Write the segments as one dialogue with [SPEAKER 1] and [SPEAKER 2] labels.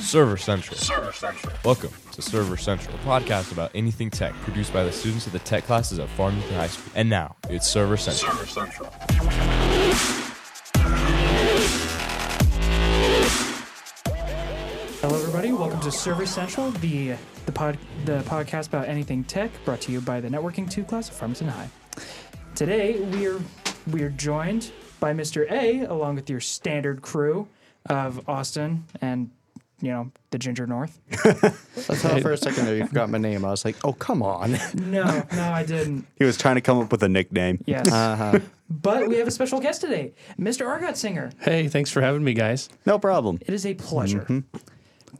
[SPEAKER 1] Server Central.
[SPEAKER 2] Server Central.
[SPEAKER 1] Welcome to Server Central, a podcast about anything tech, produced by the students of the tech classes at Farmington High School. And now, it's Server Central.
[SPEAKER 2] Server Central.
[SPEAKER 3] Hello, everybody. Welcome to Server Central, the the pod the podcast about anything tech, brought to you by the Networking Two class of Farmington High. Today we are we are joined by Mr. A, along with your standard crew of Austin and you know the Ginger North.
[SPEAKER 4] I thought for a second there you forgot my name. I was like, oh, come on.
[SPEAKER 3] No, no, I didn't. Uh-huh.
[SPEAKER 5] He was trying to come up with a nickname.
[SPEAKER 3] Yes, but we have a special guest today, Mr. Argot Singer.
[SPEAKER 6] Hey, thanks for having me, guys.
[SPEAKER 5] No problem.
[SPEAKER 3] It is a pleasure.
[SPEAKER 5] Mm-hmm.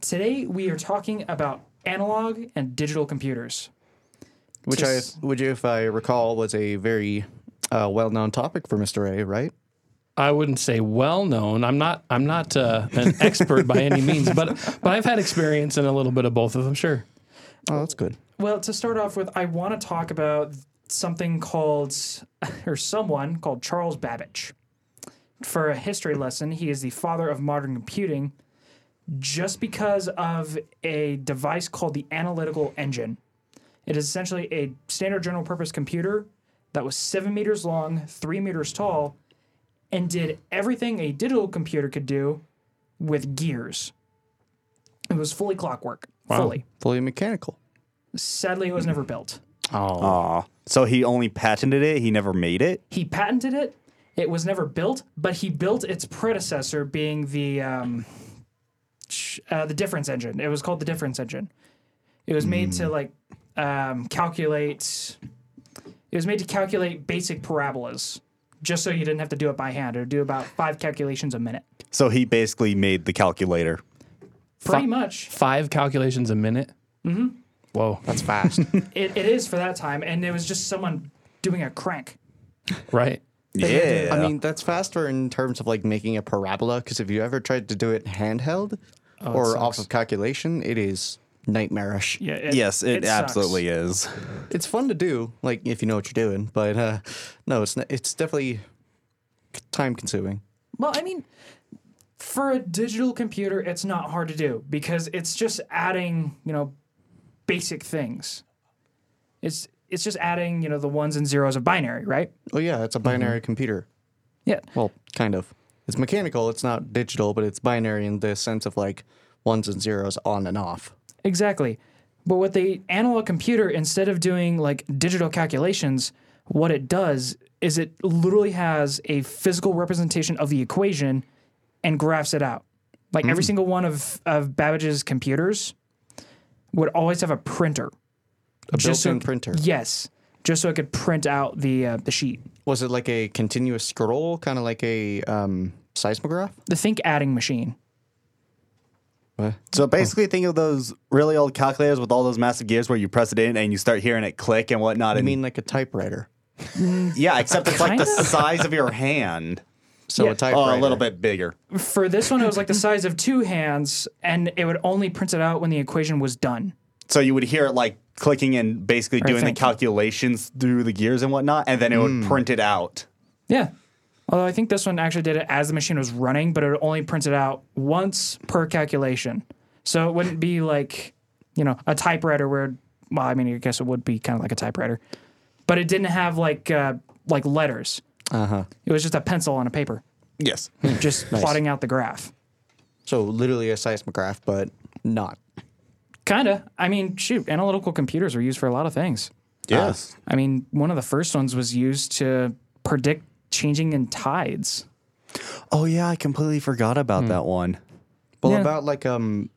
[SPEAKER 3] Today we are talking about analog and digital computers.
[SPEAKER 4] Which I,
[SPEAKER 3] Just-
[SPEAKER 4] which if I recall, was a very uh, well-known topic for Mr. A, right?
[SPEAKER 6] I wouldn't say well known. I'm not. I'm not uh, an expert by any means, but but I've had experience in a little bit of both of them. Sure.
[SPEAKER 4] Oh, that's good.
[SPEAKER 3] Well, to start off with, I want to talk about something called, or someone called Charles Babbage. For a history lesson, he is the father of modern computing just because of a device called the analytical engine. It is essentially a standard general purpose computer that was seven meters long, three meters tall, and did everything a digital computer could do with gears. It was fully clockwork, fully.
[SPEAKER 4] Fully mechanical.
[SPEAKER 3] Sadly, it was never built.
[SPEAKER 4] Oh,
[SPEAKER 5] Aw. So he only patented it, he never made it?
[SPEAKER 3] He patented it. It was never built, but he built its predecessor, being the um, sh- uh, the difference engine. It was called the difference engine. It was made
[SPEAKER 5] Hmm.
[SPEAKER 3] to like um, calculate. It was made to calculate basic parabolas, just so you didn't have to do it by hand or do about five calculations a minute.
[SPEAKER 5] So he basically made the calculator.
[SPEAKER 3] Pretty much,
[SPEAKER 6] Five calculations a minute. Mm-hmm. Whoa.
[SPEAKER 4] that's fast.
[SPEAKER 3] it, it is for that time, and it was just someone doing a crank.
[SPEAKER 6] Right.
[SPEAKER 5] Yeah.
[SPEAKER 4] I mean, that's faster in terms of like making a parabola. Because if you ever tried to do it handheld or off of calculation, it is nightmarish.
[SPEAKER 3] Yeah.
[SPEAKER 5] yes, it, absolutely is.
[SPEAKER 4] It's fun to do, like if you know what you're doing. But uh, no, it's not, it's definitely time-consuming.
[SPEAKER 3] Well, I mean, for a digital computer, it's not hard to do because it's just adding, you know, basic things. It's it's just adding, you know, the ones and zeros of binary, right?
[SPEAKER 4] Oh yeah, it's a binary computer.
[SPEAKER 3] Yeah.
[SPEAKER 4] Well, kind of. It's mechanical, it's not digital, but it's binary in the sense of like ones and zeros on and off.
[SPEAKER 3] Exactly. But with the analog computer, instead of doing like digital calculations, what it does is it literally has a physical representation of the equation and graphs it out. Like
[SPEAKER 4] Hmm.
[SPEAKER 3] every single one of, of Babbage's computers would always have a printer.
[SPEAKER 4] A
[SPEAKER 3] Just so-
[SPEAKER 4] built-in printer.
[SPEAKER 3] Yes, just so it could print out the uh, the sheet.
[SPEAKER 4] Was it like a continuous scroll, kind of like a um, seismograph?
[SPEAKER 3] The think adding machine.
[SPEAKER 5] So basically, think of those really old calculators with all those massive gears where you press it in and you start hearing it click and whatnot.
[SPEAKER 4] I
[SPEAKER 5] And,
[SPEAKER 4] mean, like a typewriter.
[SPEAKER 5] yeah, except it's like the
[SPEAKER 3] Kinda?
[SPEAKER 5] size of your hand.
[SPEAKER 4] So
[SPEAKER 3] Yeah. Oh,
[SPEAKER 4] a
[SPEAKER 3] a
[SPEAKER 4] typewriter.
[SPEAKER 5] Oh, a little bit bigger.
[SPEAKER 3] For this one, it was like the size of two hands, and it would only print it out when the equation was done.
[SPEAKER 5] So you would hear it like clicking and basically doing the
[SPEAKER 3] thank you.
[SPEAKER 5] calculations through the gears and whatnot, and then it would print it out.
[SPEAKER 3] Yeah. Although I think this one actually did it as the machine was running, but it would only print it out once per calculation. So it wouldn't be like, you know, a typewriter where, it- well, I mean, I guess it would be kind of like a typewriter, but it didn't have like uh, like letters.
[SPEAKER 4] Uh huh.
[SPEAKER 3] It was just a pencil on a paper,
[SPEAKER 5] Yes.
[SPEAKER 3] just plotting out the graph.
[SPEAKER 4] So literally a seismograph, but not.
[SPEAKER 3] Kinda. I mean, shoot, analytical computers are used for a lot of things.
[SPEAKER 5] Yes.
[SPEAKER 3] I mean, one of the first ones was used to predict changing in tides.
[SPEAKER 5] oh, yeah, I completely forgot about that one.
[SPEAKER 4] Well,
[SPEAKER 3] Yeah.
[SPEAKER 4] about like um,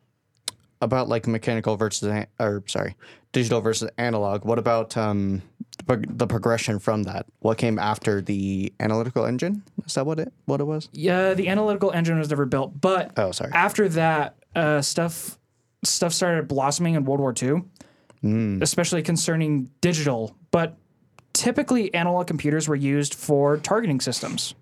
[SPEAKER 4] about like mechanical versus an- or sorry, digital versus analog. What about um, the, prog- the progression from that? What came after the analytical engine? Is that what it what it was?
[SPEAKER 3] Yeah, the analytical engine was never built, but
[SPEAKER 4] Oh, sorry.
[SPEAKER 3] after that, uh, stuff stuff started blossoming in World War II,
[SPEAKER 4] Hmm.
[SPEAKER 3] especially concerning digital. But typically, analog computers were used for targeting systems,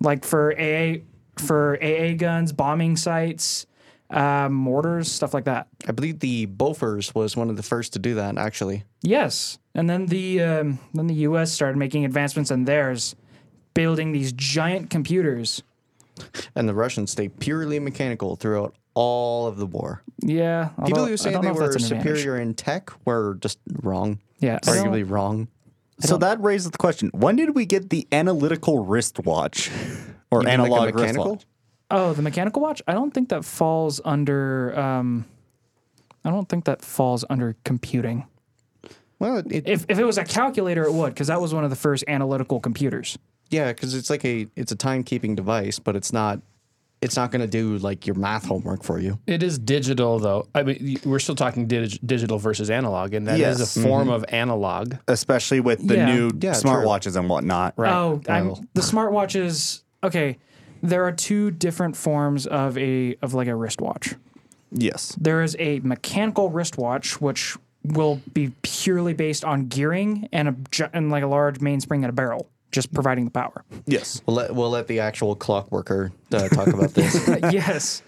[SPEAKER 3] like for AA for AA guns, bombing sites, uh, mortars, stuff like that.
[SPEAKER 4] I believe the Bofors was one of the first to do that. Actually,
[SPEAKER 3] Yes, and then the um, then the U.S. started making advancements in theirs, building these giant computers.
[SPEAKER 4] and the Russians stayed purely mechanical throughout all of the war.
[SPEAKER 3] Yeah.
[SPEAKER 4] People
[SPEAKER 3] although
[SPEAKER 4] who
[SPEAKER 3] I
[SPEAKER 4] say
[SPEAKER 3] don't
[SPEAKER 4] they
[SPEAKER 3] know if that's
[SPEAKER 4] were
[SPEAKER 3] an advantage.
[SPEAKER 4] superior in tech were just wrong.
[SPEAKER 3] Yeah, I don't-
[SPEAKER 4] arguably wrong.
[SPEAKER 5] So that raises the question: When did we get the analytical wristwatch or
[SPEAKER 4] mean like a
[SPEAKER 5] analog
[SPEAKER 4] mechanical?
[SPEAKER 5] wristwatch?
[SPEAKER 3] Oh, the mechanical watch? I don't think that falls under. Um, I don't think that falls under computing.
[SPEAKER 4] Well, it,
[SPEAKER 3] If, if it was a calculator, it would, because that was one of the first analytical computers.
[SPEAKER 4] yeah, because it's like a it's a timekeeping device, but it's not it's not going to do like your math homework for you.
[SPEAKER 6] It is digital, though. I mean, y- we're still talking dig- digital versus analog, and that is
[SPEAKER 5] Yes.
[SPEAKER 6] a form of analog.
[SPEAKER 5] Especially with the
[SPEAKER 3] Yeah.
[SPEAKER 5] new
[SPEAKER 4] Yeah, true.
[SPEAKER 5] smartwatches and whatnot. Right.
[SPEAKER 3] Oh, I'm,
[SPEAKER 4] Well.
[SPEAKER 3] the smartwatches. Okay, there are two different forms of a of like a wristwatch.
[SPEAKER 5] Yes.
[SPEAKER 3] There is a mechanical wristwatch, which will be purely based on gearing and a ju- and like a large mainspring and a barrel, just providing the power.
[SPEAKER 5] Yes.
[SPEAKER 4] We'll let we'll let the actual clock worker uh, talk about this
[SPEAKER 3] yes.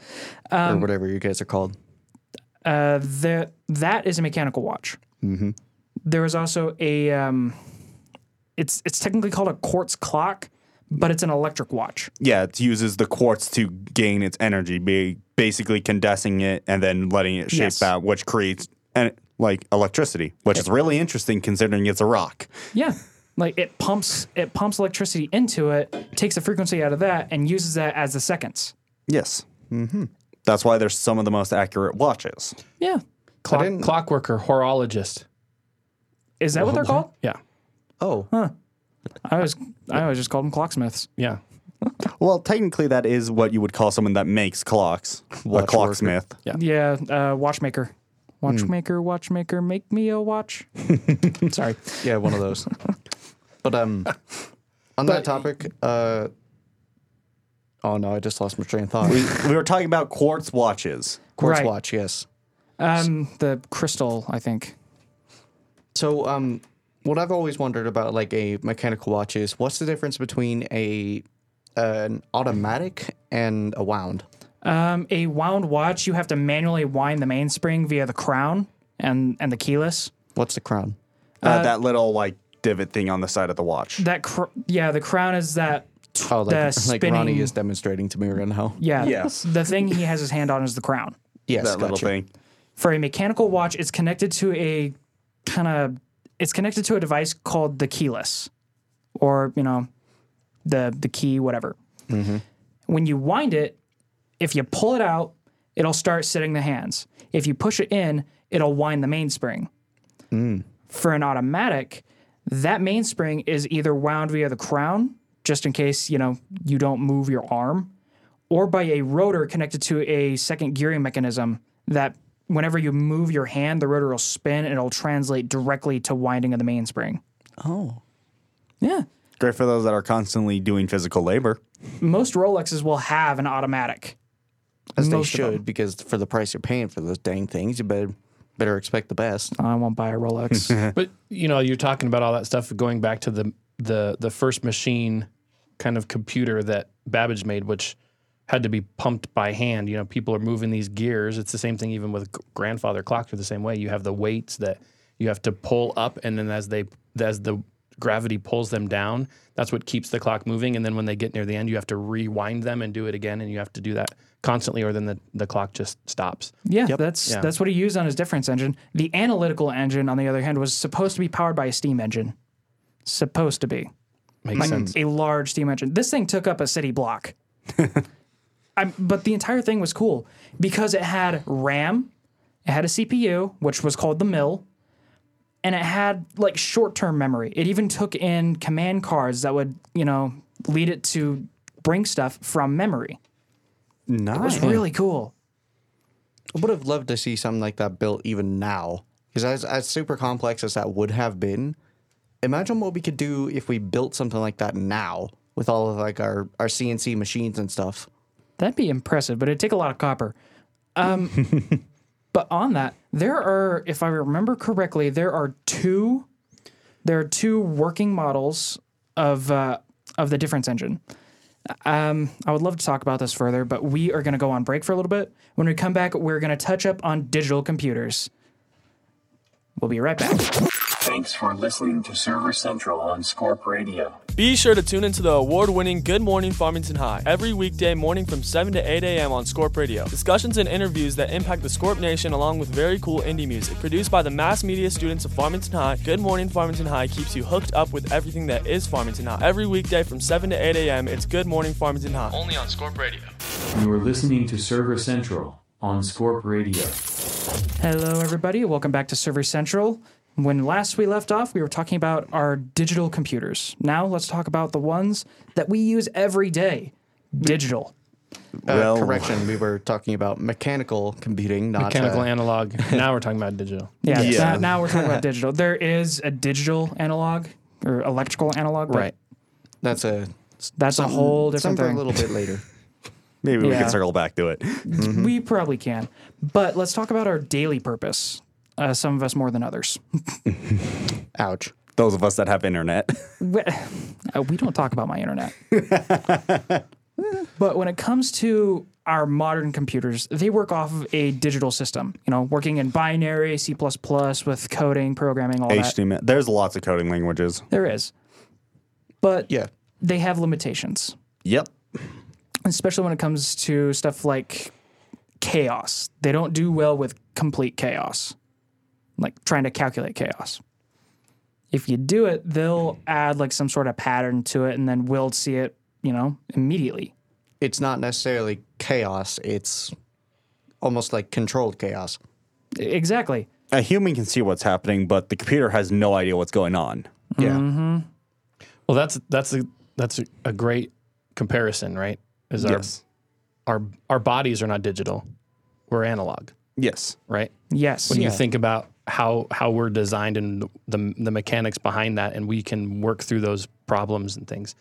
[SPEAKER 4] or
[SPEAKER 3] Um,
[SPEAKER 4] whatever you guys are called.
[SPEAKER 3] uh, that that is a mechanical watch. There is also a um, it's it's technically called a quartz clock, but it's an electric watch.
[SPEAKER 5] Yeah, it uses the quartz to gain its energy, be basically condensing it and then letting it shape
[SPEAKER 3] Yes.
[SPEAKER 5] out, which creates and like electricity, which is really interesting considering it's a rock.
[SPEAKER 3] Yeah, like it pumps it pumps electricity into it, takes the frequency out of that, and uses that as the seconds.
[SPEAKER 5] Yes. Mm-hmm. That's why they're some of the most accurate watches.
[SPEAKER 3] Yeah,
[SPEAKER 6] Clock,
[SPEAKER 4] didn't-
[SPEAKER 6] clockworker, horologist.
[SPEAKER 3] is that what they're called?
[SPEAKER 6] Yeah,
[SPEAKER 4] Oh,
[SPEAKER 3] I always I always just called them clocksmiths.
[SPEAKER 6] yeah.
[SPEAKER 5] Well, technically, that is what you would call someone that makes clocks, a
[SPEAKER 4] Watch
[SPEAKER 5] clocksmith.
[SPEAKER 3] Yeah, uh, watchmaker. Watchmaker, watchmaker, make me a watch. Sorry.
[SPEAKER 4] yeah, one of those. but um, on that topic, uh, oh no, I just lost my train of thought.
[SPEAKER 5] We, we were talking about quartz watches.
[SPEAKER 4] Quartz
[SPEAKER 3] Right.
[SPEAKER 4] watch, yes.
[SPEAKER 3] Um, the crystal, I think.
[SPEAKER 4] So, um, what I've always wondered about like a mechanical watch is what's the difference between a an automatic and a wound?
[SPEAKER 3] Um, a wound watch, you have to manually wind the mainspring via the crown and and the keyless.
[SPEAKER 4] What's the crown?
[SPEAKER 5] Uh, that little like divot thing on the side of the watch.
[SPEAKER 3] That cr- yeah, the crown is that.
[SPEAKER 4] Oh, like,
[SPEAKER 3] The
[SPEAKER 4] like
[SPEAKER 3] spinning-
[SPEAKER 4] Ronnie is demonstrating to me right now.
[SPEAKER 3] Yeah.
[SPEAKER 5] Yes.
[SPEAKER 3] The thing he has his hand on is the crown.
[SPEAKER 4] Yes,
[SPEAKER 5] that little
[SPEAKER 4] gotcha.
[SPEAKER 5] thing.
[SPEAKER 3] For a mechanical watch, it's connected to a kind of it's connected to a device called the keyless, or you know, the the key, whatever. When you wind it, if you pull it out, it'll start setting the hands. If you push it in, it'll wind the mainspring. For an automatic, that mainspring is either wound via the crown, just in case, you know, you don't move your arm, or by a rotor connected to a second gearing mechanism that whenever you move your hand, the rotor will spin and it'll translate directly to winding of the mainspring. Oh. Yeah.
[SPEAKER 5] Great for those that are constantly doing physical labor.
[SPEAKER 3] Most Rolexes will have an automatic.
[SPEAKER 4] As they
[SPEAKER 3] Most of them.
[SPEAKER 4] should, because for the price you're paying for those dang things, you better better expect the best.
[SPEAKER 3] I won't buy a Rolex.
[SPEAKER 6] But you know, you're talking about all that stuff going back to the the the first machine kind of computer that Babbage made, which had to be pumped by hand. You know, people are moving these gears. It's the same thing even with g- grandfather clocks are the same way. You have the weights that you have to pull up, and then as they as the gravity pulls them down, that's what keeps the clock moving. And then when they get near the end, you have to rewind them and do it again, and you have to do that constantly, or then the, the clock just stops.
[SPEAKER 3] Yeah, that's that's what he used on his difference engine. The analytical engine, on the other hand, was supposed to be powered by a steam engine. Supposed to be
[SPEAKER 6] Makes sense.
[SPEAKER 3] a large steam engine. This thing took up a city block. I'm, but the entire thing was cool because it had RAM, it had a CPU, which was called the mill, and it had like short term memory. It even took in command cards that would, you know, lead it to bring stuff from memory. It was
[SPEAKER 5] Nice.
[SPEAKER 3] really cool.
[SPEAKER 4] I would have loved to see something like that built even now, because as as super complex as that would have been, imagine what we could do if we built something like that now with all of like our our CNC machines and stuff.
[SPEAKER 3] That'd be impressive, but it'd take a lot of copper. Um, but on that, there are, if I remember correctly, there are two, there are two working models of uh, of the difference engine. Um, I would love to talk about this further, but we are going to go on break for a little bit. When we come back, we're going to touch up on digital computers. We'll be right back.
[SPEAKER 2] Thanks for listening to Server Central on Scorp Radio.
[SPEAKER 7] Be sure to tune into the award winning Good Morning Farmington High every weekday morning from 7 to 8 a.m. on Scorp Radio. Discussions and interviews that impact the Scorp Nation along with very cool indie music. Produced by the mass media students of Farmington High, Good Morning Farmington High keeps you hooked up with everything that is Farmington High. Every weekday from 7 to 8 a.m., it's Good Morning Farmington High. Only on Scorp Radio.
[SPEAKER 2] You are listening to Server Central on Scorp Radio.
[SPEAKER 3] Hello, everybody. Welcome back to Server Central. When last we left off, we were talking about our digital computers. Now let's talk about the ones that we use every day digital.
[SPEAKER 4] Uh,
[SPEAKER 5] Well-
[SPEAKER 4] correction, we were talking about mechanical computing, not
[SPEAKER 6] Mechanical
[SPEAKER 4] uh,
[SPEAKER 6] analog. now we're talking about digital.
[SPEAKER 3] Yeah,
[SPEAKER 5] Yeah.
[SPEAKER 3] that- now we're talking about digital. There is a digital analog or electrical analog, but
[SPEAKER 6] Right.
[SPEAKER 4] That's a it's
[SPEAKER 3] That's a whole different
[SPEAKER 4] something
[SPEAKER 3] thing.
[SPEAKER 4] a little bit later.
[SPEAKER 5] Maybe we
[SPEAKER 3] Yeah.
[SPEAKER 5] can circle back to it.
[SPEAKER 3] We probably can. But let's talk about our daily purpose. Uh, some of us more than others.
[SPEAKER 4] Ouch.
[SPEAKER 5] Those of us that have internet.
[SPEAKER 3] we, uh, we don't talk about my internet. but when it comes to our modern computers, they work off of a digital system, you know, working in binary, C with coding, programming, all that.
[SPEAKER 5] HTML. There's lots of coding languages.
[SPEAKER 3] There is. But
[SPEAKER 4] Yeah.
[SPEAKER 3] they have limitations,
[SPEAKER 5] Yep.
[SPEAKER 3] especially when it comes to stuff like chaos. They don't do well with complete chaos, like trying to calculate chaos. If you do it, they'll add like some sort of pattern to it and then we'll see it, you know, immediately.
[SPEAKER 4] It's not necessarily chaos. It's almost like controlled chaos.
[SPEAKER 3] Exactly.
[SPEAKER 5] A human can see what's happening, but the computer has no idea what's going on.
[SPEAKER 4] Yeah.
[SPEAKER 6] Well, that's that's a that's a, a great comparison, right? Is our,
[SPEAKER 5] Yes.
[SPEAKER 6] our our bodies are not digital; we're analog,
[SPEAKER 5] Yes.
[SPEAKER 6] right?
[SPEAKER 3] Yes.
[SPEAKER 6] When you think about how how we're designed and the the mechanics behind that, and we can work through those problems and things.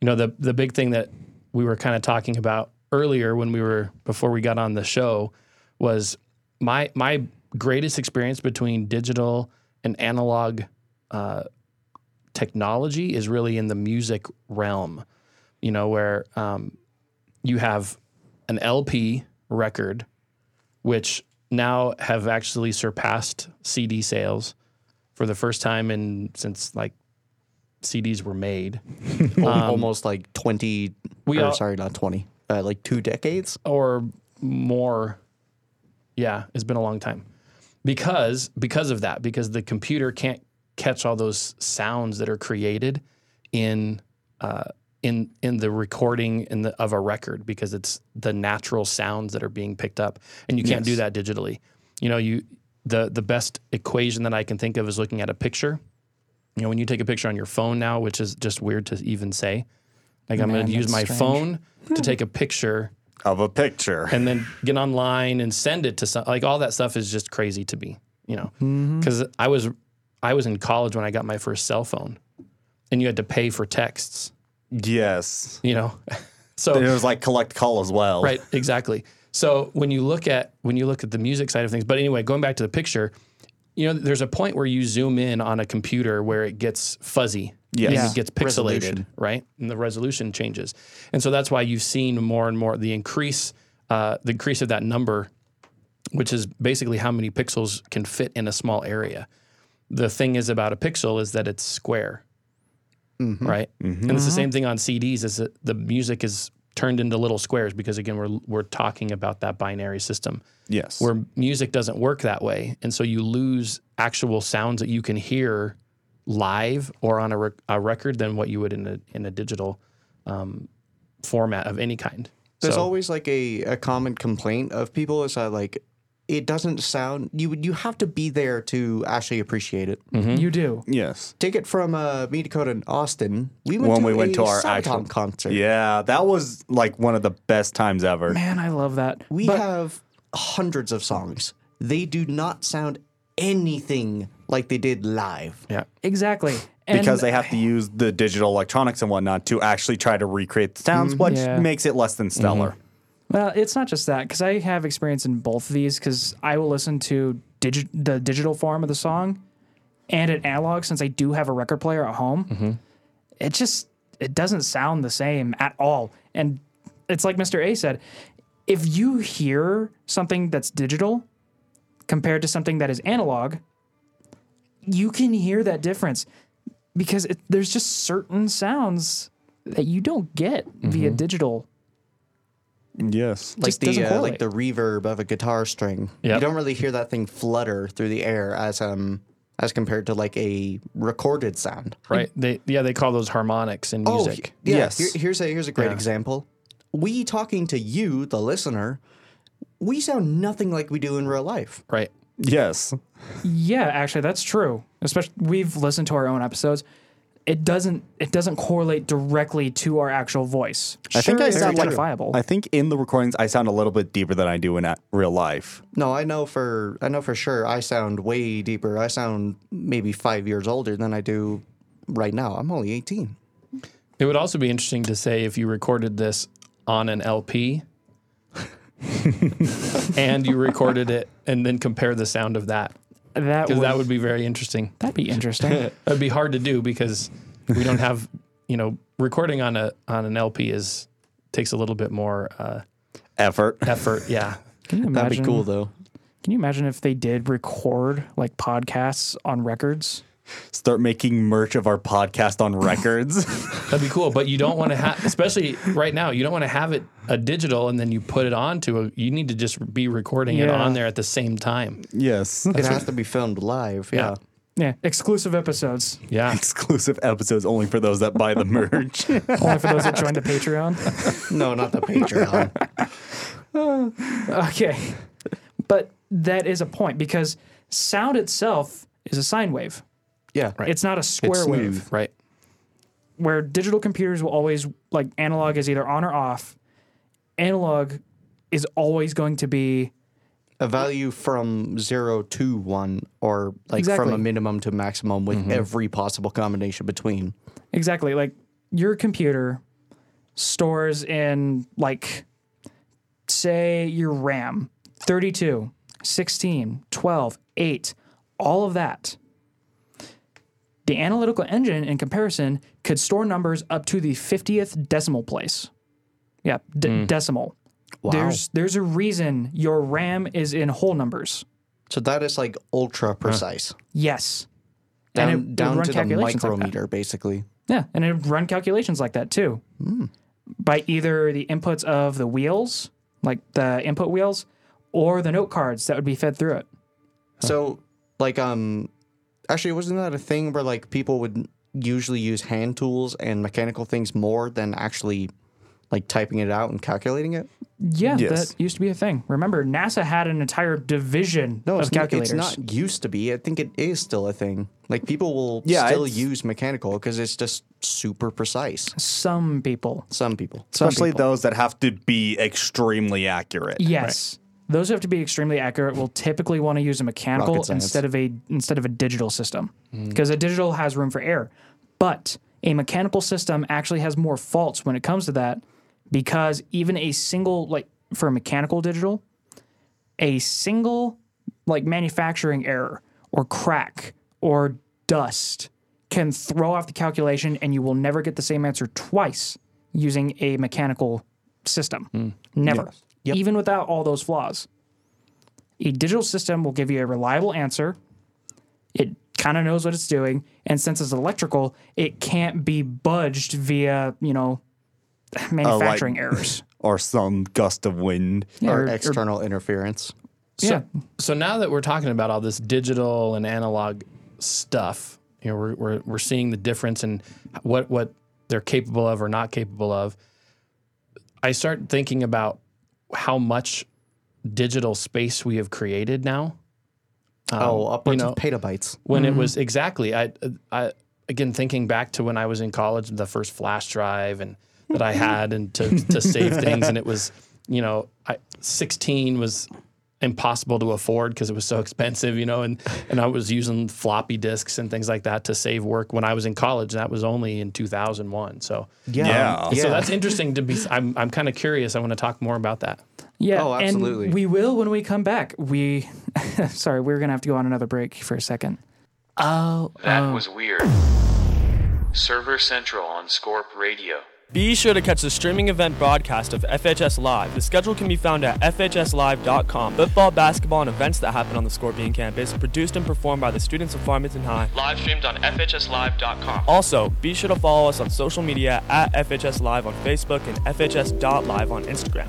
[SPEAKER 6] You know, the the big thing that we were kind of talking about earlier when we were before we got on the show was my my greatest experience between digital and analog uh, technology is really in the music realm, you know, where um, you have an LP record, which now have actually surpassed CD sales for the first time in since like CDs were made,
[SPEAKER 4] Al- almost like 20
[SPEAKER 6] we
[SPEAKER 4] or
[SPEAKER 6] all-
[SPEAKER 4] sorry not 20 uh, like two decades
[SPEAKER 6] or more. Yeah, it's been a long time because because of that because the computer can't catch all those sounds that are created in uh, in in the recording in the of a record because it's the natural sounds that are being picked up and you can't do that digitally. You know, you the the best equation that I can think of is looking at a picture. You know, when you take a picture on your phone now, which is just weird to even say. Like I'm going
[SPEAKER 3] Man,
[SPEAKER 6] to use
[SPEAKER 3] that's
[SPEAKER 6] my
[SPEAKER 3] strange. Hmm.
[SPEAKER 6] phone to take a picture
[SPEAKER 5] Of a picture.
[SPEAKER 6] and then get online and send it to some like all that stuff is just crazy to me you know because i was i was in college when i got my first cell phone and you had to pay for texts
[SPEAKER 5] Yes.
[SPEAKER 6] you know so
[SPEAKER 5] It was like collect call as well.
[SPEAKER 6] right exactly so when you look at when you look at the music side of things but anyway going back to the picture you know there's a point where you zoom in on a computer where it gets fuzzy
[SPEAKER 5] Yes.
[SPEAKER 6] and
[SPEAKER 3] Yeah.
[SPEAKER 6] it gets pixelated right and the resolution changes and so that's why you've seen more and more the increase uh, the increase of that number which is basically how many pixels can fit in a small area the thing is about a pixel is that it's square right? And it's the same thing on CDs. Is that the music is turned into little squares because again, we're we're talking about that binary system
[SPEAKER 5] Yes.
[SPEAKER 6] where music doesn't work that way, and so you lose actual sounds that you can hear live or on a, rec- a record than what you would in a in a digital um, format of any kind.
[SPEAKER 4] there's
[SPEAKER 6] so,
[SPEAKER 4] always like a, a common complaint of people is that like it doesn't sound you would- you have to be there to actually appreciate it
[SPEAKER 5] Mm.
[SPEAKER 3] You do.
[SPEAKER 5] yes.
[SPEAKER 4] take it from uh, me dakota and austin we went
[SPEAKER 5] When
[SPEAKER 4] to
[SPEAKER 5] we went
[SPEAKER 4] a
[SPEAKER 5] to our
[SPEAKER 4] Sabaton
[SPEAKER 5] actual-
[SPEAKER 4] concert
[SPEAKER 5] Yeah. That was like one of the best times ever.
[SPEAKER 3] Man, I love that.
[SPEAKER 4] we
[SPEAKER 3] But-
[SPEAKER 4] have hundreds of songs they do not sound anything like they did live
[SPEAKER 6] yeah.
[SPEAKER 3] exactly. And
[SPEAKER 5] Because they have to use the digital electronics and whatnot to actually try to recreate the sounds, which
[SPEAKER 3] Mm-hmm. Yeah. Mm-hmm.
[SPEAKER 5] makes it less than stellar.
[SPEAKER 3] Well, it's not just that because I have experience in both of these because I will listen to digi- the digital form of the song and an analog since I do have a record player at home. It just it doesn't sound the same at all, and it's like Mr. A said, if you hear something that's digital compared to something that is analog, you can hear that difference because it, there's just certain sounds that you don't get via digital.
[SPEAKER 5] Yes.
[SPEAKER 4] like
[SPEAKER 3] Just doesn't
[SPEAKER 4] the uh,
[SPEAKER 3] correlate.
[SPEAKER 4] like the reverb of a guitar string.
[SPEAKER 6] Yep.
[SPEAKER 4] You don't really hear that thing flutter through the air as um as compared to like a recorded sound.
[SPEAKER 6] right? They yeah, they call those harmonics in
[SPEAKER 4] Oh,
[SPEAKER 6] music.
[SPEAKER 4] he- yeah,
[SPEAKER 5] Yes.
[SPEAKER 4] here- here's a here's a great example. We talking to you, the listener. We sound nothing like we do in real life.
[SPEAKER 6] right.
[SPEAKER 5] Yes.
[SPEAKER 3] Yeah, actually, that's true. Especially we've listened to our own episodes. It doesn't it doesn't correlate directly to our actual voice.
[SPEAKER 5] I think I
[SPEAKER 3] it's
[SPEAKER 5] sound like
[SPEAKER 3] identifiable.
[SPEAKER 5] I think in the recordings I sound a little bit deeper than I do in a- real life.
[SPEAKER 4] No, I know for I know for sure. I sound way deeper. I sound maybe five years older than I do right now. I'm only 18.
[SPEAKER 6] It would also be interesting to say if you recorded this on an LP and you recorded it and then compare the sound of that
[SPEAKER 3] that
[SPEAKER 6] because
[SPEAKER 3] would,
[SPEAKER 6] that would be very interesting.
[SPEAKER 3] that'd be interesting.
[SPEAKER 6] It would be hard to do because we don't have, you know, recording on a on an LP is takes a little bit more uh,
[SPEAKER 5] Effort.
[SPEAKER 6] effort. Yeah.
[SPEAKER 3] Can you imagine?
[SPEAKER 4] That'd be cool though.
[SPEAKER 3] Can you imagine if they did record like podcasts on records?
[SPEAKER 5] Start making merch of our podcast on records.
[SPEAKER 6] That'd be cool, but you don't want to have, especially right now, you don't want to have it a digital and then you put it onto a. You need to just be recording it
[SPEAKER 3] Yeah.
[SPEAKER 6] on there at the same time.
[SPEAKER 5] yes.
[SPEAKER 4] It has to be filmed live. Yeah.
[SPEAKER 6] Yeah.
[SPEAKER 3] Yeah, exclusive episodes
[SPEAKER 6] Yeah,
[SPEAKER 5] Exclusive episodes only for those that buy the merch.
[SPEAKER 3] only for those that join the Patreon.
[SPEAKER 4] No, not the Patreon.
[SPEAKER 3] Okay, but that is a point because sound itself is a sine wave.
[SPEAKER 4] yeah. Right.
[SPEAKER 3] It's not a square
[SPEAKER 4] It's
[SPEAKER 3] wave.
[SPEAKER 4] smooth.
[SPEAKER 6] right.
[SPEAKER 3] where digital computers will always like analog is either on or off. Analog is always going to be
[SPEAKER 4] a value from zero to one, or like
[SPEAKER 3] Exactly.
[SPEAKER 4] from a minimum to maximum with every possible combination between.
[SPEAKER 3] exactly like your computer stores in like say your RAM 32, 16, 12, 8, all of that. The analytical engine in comparison could store numbers up to the 50th decimal place. Yeah, d- decimal. There's there's a reason your RAM is in whole numbers.
[SPEAKER 4] So that is like ultra precise,
[SPEAKER 3] Yes.
[SPEAKER 4] down,
[SPEAKER 3] it would
[SPEAKER 4] down
[SPEAKER 3] run
[SPEAKER 4] to the
[SPEAKER 3] calculations like that.
[SPEAKER 4] micrometer, basically.
[SPEAKER 3] Yeah, and it would run calculations like that too.
[SPEAKER 4] Hmm.
[SPEAKER 3] By either the inputs of the wheels, like the input wheels, or the note cards that would be fed through it.
[SPEAKER 4] So, like, um, actually, wasn't that a thing where like people would usually use hand tools and mechanical things more than actually like typing it out and calculating it?
[SPEAKER 3] Yeah,
[SPEAKER 5] Yes.
[SPEAKER 3] that used to be a thing. Remember, NASA had an entire division
[SPEAKER 4] No,
[SPEAKER 3] of
[SPEAKER 4] it's, n-
[SPEAKER 3] calculators.
[SPEAKER 4] it's not used to be. I think it is still a thing. Like people will
[SPEAKER 5] Yeah,
[SPEAKER 4] still
[SPEAKER 5] it's-
[SPEAKER 4] use mechanical because it's just super precise.
[SPEAKER 3] Some people.
[SPEAKER 4] Some people.
[SPEAKER 3] Some
[SPEAKER 5] Especially
[SPEAKER 3] people.
[SPEAKER 5] those that have to be extremely accurate.
[SPEAKER 3] Yes. Those who have to be extremely accurate will typically want to use a mechanical
[SPEAKER 4] Rocket science.
[SPEAKER 3] instead of a instead of a digital system because a digital has room for error. But a mechanical system actually has more faults when it comes to that because even a single like for a mechanical digital, a single like manufacturing error or crack or dust can throw off the calculation and you will never get the same answer twice using a mechanical system.
[SPEAKER 4] Hmm.
[SPEAKER 3] Never. Even without all those flaws. A digital system will give you a reliable answer. It kind of knows what it's doing. And since it's electrical, it can't be budged via, you know,
[SPEAKER 4] Oh,
[SPEAKER 3] manufacturing errors.
[SPEAKER 5] Or some gust of wind.
[SPEAKER 3] Yeah,
[SPEAKER 4] or,
[SPEAKER 3] or-
[SPEAKER 4] external interference.
[SPEAKER 3] yeah.
[SPEAKER 6] So now that we're talking about all this digital and analog stuff, you know, we're we're, we're seeing the difference in what what they're capable of or not capable of. I start thinking about how much digital space we have created now.
[SPEAKER 4] oh, upwards
[SPEAKER 6] you know-
[SPEAKER 4] of petabytes.
[SPEAKER 6] when it was exactly I I again thinking back to when I was in college the first flash drive and that I had and to to save things and it was you know I 16 was impossible to afford because it was so expensive you know and and I was using floppy disks and things like that to save work when I was in college and that was only in 2001 so
[SPEAKER 4] Yeah.
[SPEAKER 5] Yeah.
[SPEAKER 6] so that's interesting to be I'm I'm kind of curious I want to talk more about that
[SPEAKER 3] Yeah,
[SPEAKER 4] Oh, absolutely.
[SPEAKER 3] And we will when we come back. We, sorry, we're gonna have to go on another break for a second. Oh,
[SPEAKER 2] That was weird. Server Central on Scorp Radio.
[SPEAKER 7] Be sure to catch the streaming event broadcast of FHS Live. The schedule can be found at FHSLive.com. Football, basketball, and events that happen on the Scorpion campus, produced and performed by the students of Farmington High. Live streamed on FHSLive.com. Also, be sure to follow us on social media at FHS Live on Facebook and FHS.live on Instagram.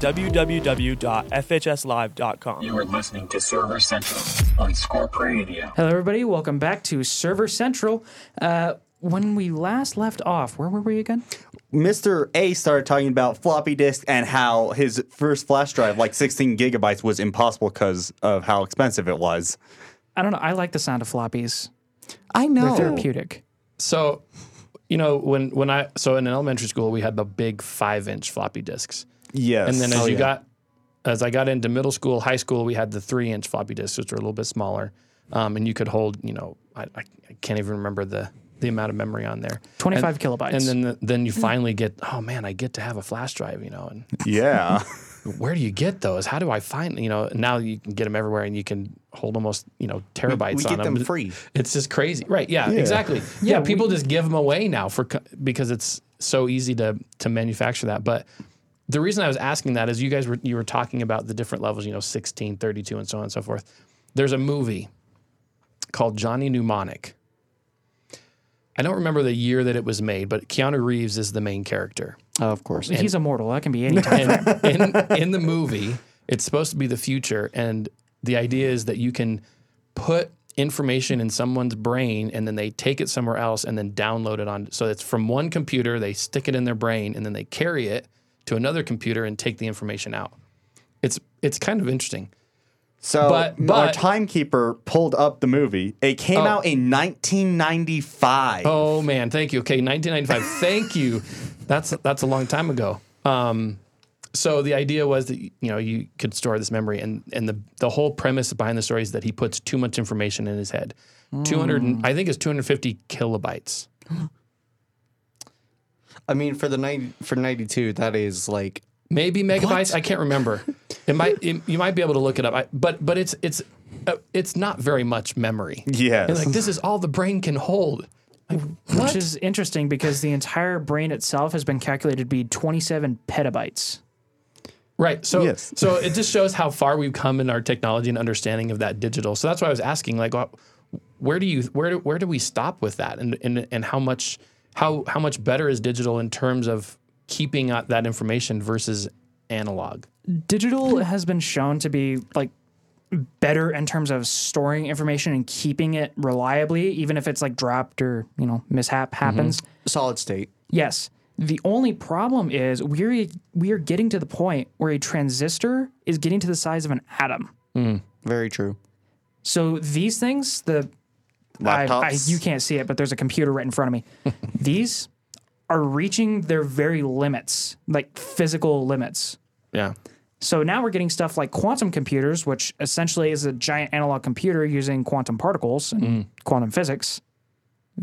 [SPEAKER 7] www.fhslive.com.
[SPEAKER 8] You are listening to Server Central on Scorp Radio.
[SPEAKER 3] Hello, everybody. Welcome back to Server Central. Uh, when we last left off, where were we again?
[SPEAKER 5] Mr. A started talking about floppy disk and how his first flash drive, like 16 gigabytes, was impossible because of how expensive it was.
[SPEAKER 3] I don't know. I like the sound of floppies.
[SPEAKER 4] I
[SPEAKER 3] They're
[SPEAKER 4] know.
[SPEAKER 3] therapeutic.
[SPEAKER 6] So, you know, when when I so in elementary school we had the big five inch floppy disks,
[SPEAKER 5] Yes.
[SPEAKER 6] and then as
[SPEAKER 5] Oh,
[SPEAKER 6] you
[SPEAKER 5] yeah.
[SPEAKER 6] got as I got into middle school, high school, we had the three inch floppy disks, which were a little bit smaller, um, and you could hold, you know, I, I, I can't even remember the the amount of memory on there.
[SPEAKER 3] 25
[SPEAKER 6] and,
[SPEAKER 3] kilobytes.
[SPEAKER 6] And then the, then you finally get, oh man, I get to have a flash drive, you know, and
[SPEAKER 5] Yeah.
[SPEAKER 6] where do you get those? How do I find you know? Now you can get them everywhere, and you can hold almost you know terabytes
[SPEAKER 4] we
[SPEAKER 6] on
[SPEAKER 4] get them
[SPEAKER 6] them
[SPEAKER 4] free.
[SPEAKER 6] It's just crazy, right? Yeah, exactly. Yeah, people just give them away now for co- because it's so easy to to manufacture that. But the reason I was asking that is you guys were you were talking about the different levels, you know, 16, 32, and so on and so forth. There's a movie called Johnny Mnemonic. I don't remember the year that it was made, but Keanu Reeves is the main character
[SPEAKER 4] Oh, of course.
[SPEAKER 3] He's immortal. That can be any time.
[SPEAKER 6] and in, in the movie, it's supposed to be the future, and the idea is that you can put information in someone's brain, and then they take it somewhere else, and then download it on. So it's from one computer, they stick it in their brain, and then they carry it to another computer and take the information out. It's it's kind of interesting.
[SPEAKER 5] So
[SPEAKER 6] But- but-
[SPEAKER 5] our timekeeper pulled up the movie. It came
[SPEAKER 6] Oh.
[SPEAKER 5] out in 1995.
[SPEAKER 6] Oh man, thank you. Okay, 1995. thank you. That's that's a long time ago. Um, so the idea was that you know you could store this memory, and and the the whole premise behind the story is that he puts too much information in his head. 200, and- I think it's 250 kilobytes.
[SPEAKER 4] I mean, for the night for ninety two, that is like
[SPEAKER 6] maybe megabytes. I can't remember. It might it- you might be able to look it up. I, but but it's it's uh, it's not very much memory.
[SPEAKER 5] Yes.
[SPEAKER 6] and like this is all the brain can hold. Like, what?
[SPEAKER 3] Which is interesting because the entire brain itself has been calculated to be 27 petabytes.
[SPEAKER 6] Right. So
[SPEAKER 5] Yes.
[SPEAKER 6] so it just shows how far we've come in our technology and understanding of that digital. So that's why I was asking, like, wh- where do you where do, where do we stop with that, and and and how much how how much better is digital in terms of keeping out that information versus analog?
[SPEAKER 3] Digital has been shown to be like better in terms of storing information and keeping it reliably, even if it's like dropped or, you know, mishap happens.
[SPEAKER 4] solid state.
[SPEAKER 3] Yes. The only problem is we're we are getting to the point where a transistor is getting to the size of an atom.
[SPEAKER 4] Very true.
[SPEAKER 3] So these things, the I, I,
[SPEAKER 5] Laptops.
[SPEAKER 3] you can't see it, but there's a computer right in front of me. these are reaching their very limits, like physical limits.
[SPEAKER 6] Yeah.
[SPEAKER 3] So now we're getting stuff like quantum computers, which essentially is a giant analog computer using quantum particles and quantum physics.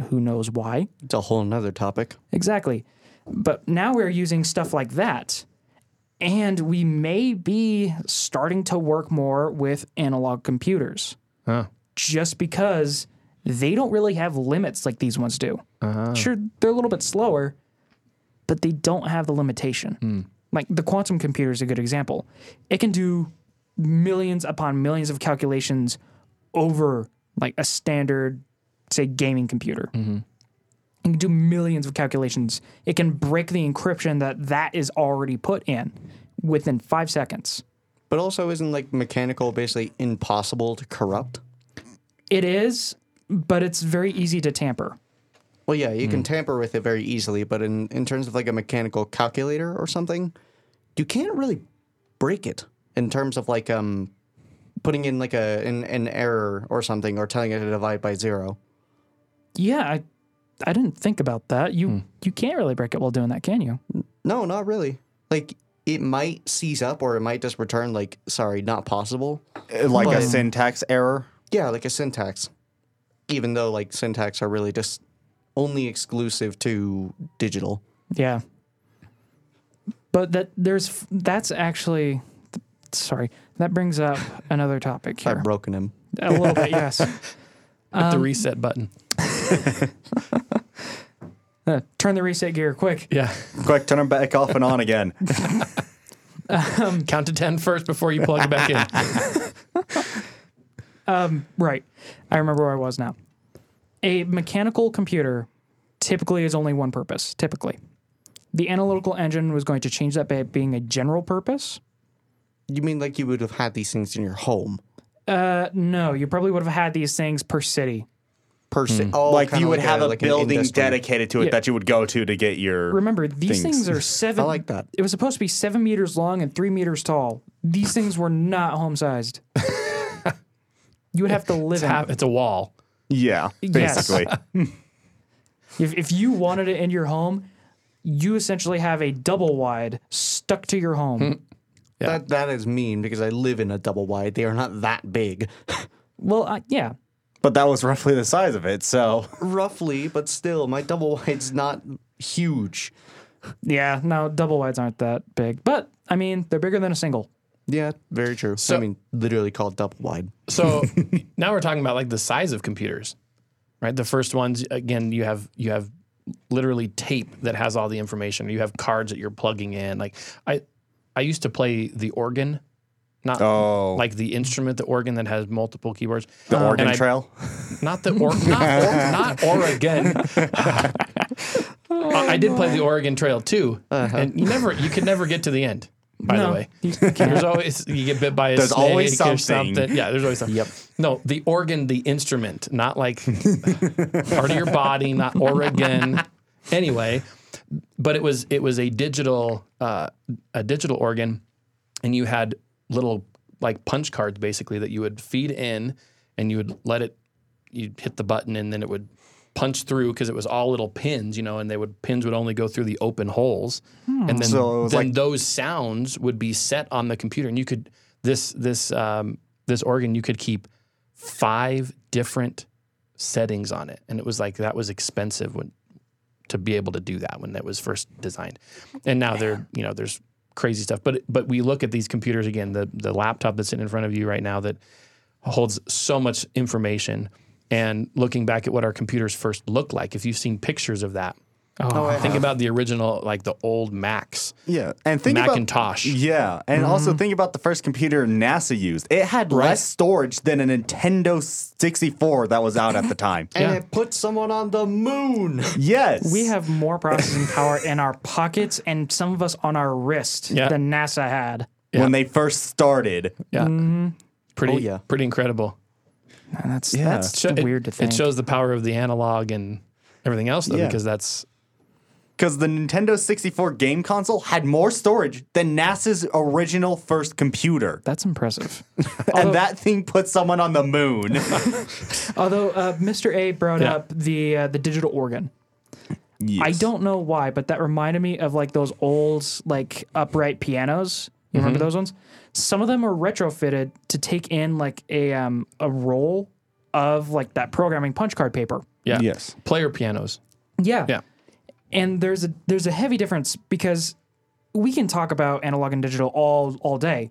[SPEAKER 3] Who knows why?
[SPEAKER 4] It's a whole nother topic.
[SPEAKER 3] Exactly. But now we're using stuff like that. And we may be starting to work more with analog computers just because they don't really have limits like these ones do. Sure, they're a little bit slower, but they don't have the limitation. Like the quantum computer is a good example. It can do millions upon millions of calculations over like a standard, say, gaming computer. It can do millions of calculations. It can break the encryption that that is already put in within five seconds.
[SPEAKER 4] But also, isn't like mechanical basically impossible to corrupt?
[SPEAKER 3] It is, but it's very easy to tamper.
[SPEAKER 4] Well, yeah, you can tamper with it very easily, but in, in terms of like a mechanical calculator or something, you can't really break it in terms of like um putting in like a an, an error or something or telling it to divide by zero.
[SPEAKER 3] Yeah, I, I didn't think about that. You you can't really break it while doing that, can you?
[SPEAKER 4] No, not really. Like it might seize up or it might just return like sorry, not possible.
[SPEAKER 5] like a
[SPEAKER 3] But-
[SPEAKER 5] syntax error.
[SPEAKER 4] Yeah, like a syntax. Even though like syntax are really just only exclusive to digital.
[SPEAKER 3] Yeah. But that there's that's actually sorry that brings up another topic
[SPEAKER 4] I've
[SPEAKER 3] here
[SPEAKER 4] broken him.
[SPEAKER 3] a little bit yes
[SPEAKER 6] Hit the reset button.
[SPEAKER 3] Turn the reset gear quick.
[SPEAKER 6] Yeah.
[SPEAKER 5] Quick, turn them back off and on again.
[SPEAKER 6] Count to 10 first before you plug it back in.
[SPEAKER 3] Right. I remember where I was now. A mechanical computer typically is only one purpose, typically. The analytical engine was going to change that by it being a general purpose.
[SPEAKER 4] You mean like you would have had these things in your home
[SPEAKER 3] Uh, no, you probably would have had these things per city.
[SPEAKER 4] per se? Oh,
[SPEAKER 5] Hmm. like
[SPEAKER 4] kinda
[SPEAKER 5] you would have a,
[SPEAKER 4] like an
[SPEAKER 5] building
[SPEAKER 4] industry.
[SPEAKER 5] dedicated to it
[SPEAKER 3] Yeah.
[SPEAKER 5] that you would go to to get your.
[SPEAKER 3] Remember, these
[SPEAKER 5] Things.
[SPEAKER 3] things, are seven.
[SPEAKER 4] I like that.
[SPEAKER 3] It was supposed to be seven meters long and three meters tall. These things were not home sized. you would have to live
[SPEAKER 6] It's,
[SPEAKER 3] in
[SPEAKER 6] half,
[SPEAKER 3] it.
[SPEAKER 6] it's a wall.
[SPEAKER 5] yeah,
[SPEAKER 3] Yes.
[SPEAKER 5] basically.
[SPEAKER 3] If, if you wanted it in your home, you essentially have a double wide stuck to your home.
[SPEAKER 4] Hmm. That that is mean because I live in a double wide. They are not that big,
[SPEAKER 3] Well, uh, yeah.
[SPEAKER 5] but that was roughly the size of it. So
[SPEAKER 4] roughly, but still, my double wide's not huge.
[SPEAKER 3] Yeah, no, double wides aren't that big, but I mean, they're bigger than a single.
[SPEAKER 4] Yeah, very true.
[SPEAKER 6] So-
[SPEAKER 4] I mean, literally called double wide.
[SPEAKER 6] So now we're talking about like the size of computers, right? The first ones, again, you have, you have literally tape that has all the information. You have cards that you're plugging in. Like I, I used to play the organ, not
[SPEAKER 5] Oh.
[SPEAKER 6] like the instrument, the organ that has multiple keyboards. Um,
[SPEAKER 5] the
[SPEAKER 6] Oh. And
[SPEAKER 5] Oregon
[SPEAKER 6] I-
[SPEAKER 5] Trail.
[SPEAKER 6] Not the or, not, or, not Oregon. I I did
[SPEAKER 5] Oh,
[SPEAKER 6] play the Oregon Trail too, and you never you could never get to the end. By the
[SPEAKER 3] No,
[SPEAKER 6] way,
[SPEAKER 3] you can't.
[SPEAKER 6] there's always you get bit by a
[SPEAKER 5] There's
[SPEAKER 6] snake
[SPEAKER 5] always
[SPEAKER 6] or
[SPEAKER 5] something.
[SPEAKER 6] something. Yeah, there's always something. Yep. No, the organ, the instrument, not like part of your body, not Oregon. Anyway, but it was it was a digital uh, a digital organ, and you had little like punch cards basically that you would feed in, and you would let it you'd hit the button and then it would punch through because it was all little pins, you know, and they would pins would only go through the open holes, and then
[SPEAKER 5] So it was
[SPEAKER 6] then
[SPEAKER 5] like-
[SPEAKER 6] those sounds would be set on the computer, and you could this this um, this organ you could keep five different settings on it, and it was like that was expensive when to be able to do that when that was first designed, and now they're you know there's crazy stuff, but but we look at these computers again, the the laptop that's sitting in front of you right now that holds so much information. And looking back at what our computers first looked like, if you've seen pictures of that,
[SPEAKER 3] Oh,
[SPEAKER 6] think about the original, like the old Macs.
[SPEAKER 5] Yeah, and think about-
[SPEAKER 6] Macintosh.
[SPEAKER 5] yeah, and
[SPEAKER 3] Mm-hmm.
[SPEAKER 5] also think about the first computer NASA used. It had less storage than a Nintendo 64 that was out at the time.
[SPEAKER 4] And
[SPEAKER 6] Yeah.
[SPEAKER 4] it put someone on the moon.
[SPEAKER 5] yes,
[SPEAKER 3] We have more processing power in our pockets and some of us on our wrist
[SPEAKER 6] Yeah.
[SPEAKER 3] than NASA had.
[SPEAKER 5] when they first started.
[SPEAKER 6] Yeah,
[SPEAKER 3] Mm-hmm.
[SPEAKER 6] pretty,
[SPEAKER 4] Oh, yeah.
[SPEAKER 6] pretty incredible.
[SPEAKER 3] And that's
[SPEAKER 5] Yeah.
[SPEAKER 3] that's
[SPEAKER 6] Sho- it-
[SPEAKER 3] weird to think.
[SPEAKER 6] It shows the power of the analog and everything else, though,
[SPEAKER 5] Yeah.
[SPEAKER 6] because that's
[SPEAKER 5] because the Nintendo 64 game console had more storage than NASA's original first computer.
[SPEAKER 3] that's impressive.
[SPEAKER 5] and that thing put someone on the moon.
[SPEAKER 3] Although uh, Mr. A brought
[SPEAKER 6] Yeah.
[SPEAKER 3] up the uh, the digital organ.
[SPEAKER 5] Yes.
[SPEAKER 3] I don't know why, but that reminded me of like those old like upright pianos. You remember
[SPEAKER 6] Mm-hmm.
[SPEAKER 3] those ones? Some of them are retrofitted to take in like a um a roll of like that programming punch card paper.
[SPEAKER 6] yeah.
[SPEAKER 5] Yes.
[SPEAKER 6] Player pianos.
[SPEAKER 3] Yeah.
[SPEAKER 6] Yeah.
[SPEAKER 3] And there's a there's a heavy difference because we can talk about analog and digital all all day.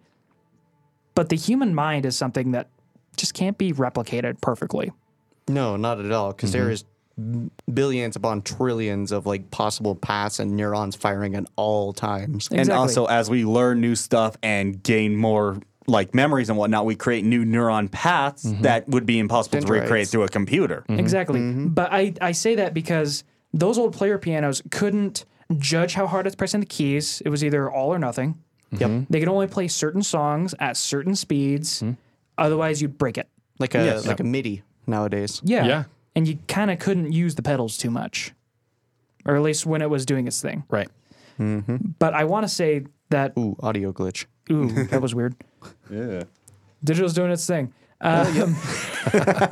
[SPEAKER 3] But the human mind is something that just can't be replicated perfectly.
[SPEAKER 4] No, not at all. Because is billions upon trillions of like possible paths and neurons firing at all times.
[SPEAKER 5] And
[SPEAKER 3] Exactly.
[SPEAKER 5] also, as we learn new stuff and gain more like memories and whatnot, we create new neuron paths that would be impossible to
[SPEAKER 4] Dendrites.
[SPEAKER 5] recreate through a computer.
[SPEAKER 3] Exactly. But I, I say that because those old player pianos couldn't judge how hard it's pressing the keys. It was either all or nothing. Yep. They could only play certain songs at certain speeds. Otherwise, you'd break it.
[SPEAKER 4] Like a like a MIDI nowadays.
[SPEAKER 3] Yeah.
[SPEAKER 6] Yeah.
[SPEAKER 3] And you kind of couldn't use the pedals too much, or at least when it was doing its thing.
[SPEAKER 6] Right.
[SPEAKER 3] But I want to say that,
[SPEAKER 4] Ooh, audio glitch.
[SPEAKER 3] ooh, that was weird. yeah. Digital's doing its thing. Um,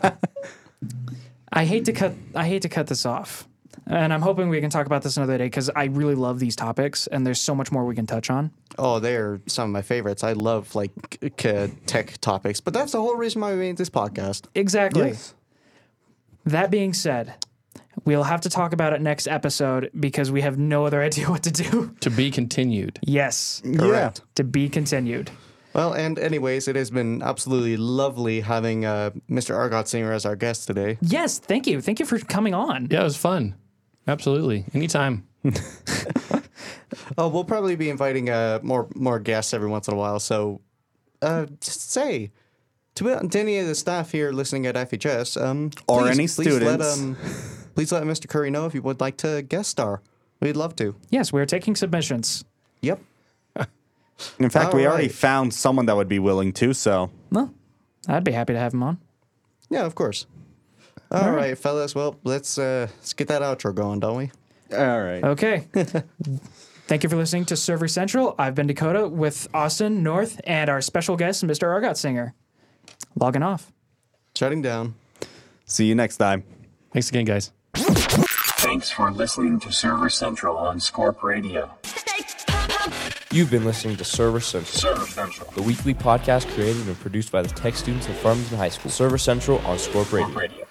[SPEAKER 3] I hate to cut. I hate to cut this off, and I'm hoping we can talk about this another day because I really love these topics, and there's so much more we can touch on.
[SPEAKER 4] Oh, they're some of my favorites. I love like k- k- tech topics, but that's the whole reason why we made this podcast.
[SPEAKER 3] Exactly. That being said, we'll have to talk about it next episode because we have no other idea what to do.
[SPEAKER 6] To be continued.
[SPEAKER 3] yes,
[SPEAKER 4] Correct.
[SPEAKER 3] to be continued.
[SPEAKER 4] Well, and anyways, it has been absolutely lovely having uh, Mr. Argot Singer as our guest today.
[SPEAKER 3] Yes, thank you. Thank you for coming on.
[SPEAKER 6] Yeah, it was fun. Absolutely. Anytime.
[SPEAKER 4] Oh, we'll probably be inviting uh, more more guests every once in a while. So, uh, just say to, to any of the staff here listening at FHS, um,
[SPEAKER 5] Or
[SPEAKER 4] please-
[SPEAKER 5] any
[SPEAKER 4] please let,
[SPEAKER 5] students.
[SPEAKER 4] um, please let Mr. Curry know if you would like to guest star. We'd love to.
[SPEAKER 3] Yes, we are taking submissions.
[SPEAKER 4] Yep.
[SPEAKER 5] In fact, we
[SPEAKER 4] All
[SPEAKER 5] already
[SPEAKER 4] right.
[SPEAKER 5] found someone that would be willing to. So
[SPEAKER 3] Well, I'd be happy to have him on.
[SPEAKER 4] Yeah, of course. All right. fellas. Well, let's uh, let's get that outro going, don't we?
[SPEAKER 5] all right.
[SPEAKER 3] Okay. Thank you for listening to Server Central. I've been Dakota with Austin North and our special guest, Mr. Argot Singer. Logging off.
[SPEAKER 4] Shutting down.
[SPEAKER 5] See you next time.
[SPEAKER 6] Thanks again, guys.
[SPEAKER 8] Thanks for listening to Server Central on Scorp Radio.
[SPEAKER 1] You've been listening to Server Central,
[SPEAKER 8] Server Central.
[SPEAKER 1] the weekly podcast created and produced by the tech students of Farmington High School. Server Central on Scorp Radio.
[SPEAKER 8] Radio.